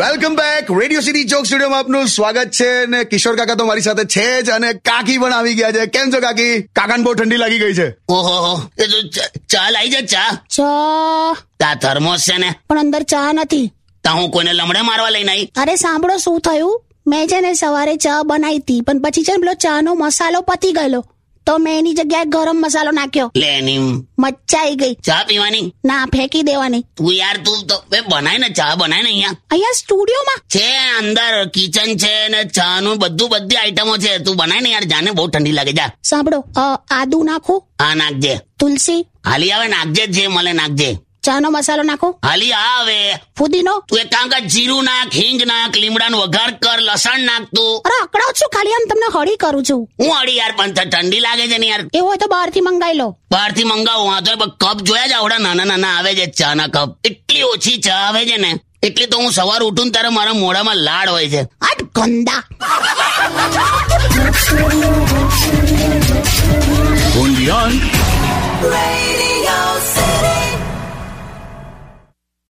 Welcome back Radio City Chowk studio આપનું સ્વાગત છે અને કિશોર કાકા તો મારી સાથે છે જ અને કાકી પણ આવી ગયા છે કેમ છો કાકી કાકાને બહુ ઠંડી લાગી ગઈ છે ઓહો એ તો ચ- ચા લાઈ જા ચા ચા તા થર્મોસ છે ને પણ અંદર ચા નથી તા હું કોઈને લમડે મારવા લઈને આવી અરે સાંભળો શું થયું મેં છે ને સવારે ચા બનાવી હતી પણ પછી છે ને પેલો ચાનો મસાલો પતી ગયેલો તો મેં એની જગ્યાએ ગરમ મસાલો નાખ્યો લે એની મચ્ચાઈ ગઈ ચા પીવાની ના ફેંકી દેવાની તું યાર તું તો બે બનાય ને ચા બનાય ને અહીંયા અહીંયા સ્ટુડિયોમાં છે અંદર કિચન છે ને ચા નું બધું બધી આઈટમો છે તું બનાય ને યાર જાને બહુ ઠંડી લાગે જા સાંભળો અ, આદુ નાખો હા નાખજે તુલસી હાલી આવે નાખજે જે મળે નાખજે ચાનો મસાલો નાખો હાલી આવે ફુદીનો તું એક કામ કર જીરું નાખ હિંગ નાખ લીમડાનો વઘાર કર લસણ નાખ તું અરે અકળાવ છું ખાલી આમ તમને હળી કરું છું હું અડી યાર પણ ત- ઠંડી લાગે છે ને યાર એવું હોય તો બહારથી મંગાવી લો બહારથી મંગાવું આ તો એ કપ જોયા જ આવડા નાના નાના આવે છે ચાના કપ એટલી ઓછી ચા આવે છે ને એટલી તો હું સવાર ઉઠું ને ત્યારે મારા મોઢામાં લાડ હોય છે આટ ગંદા Beyond. Radio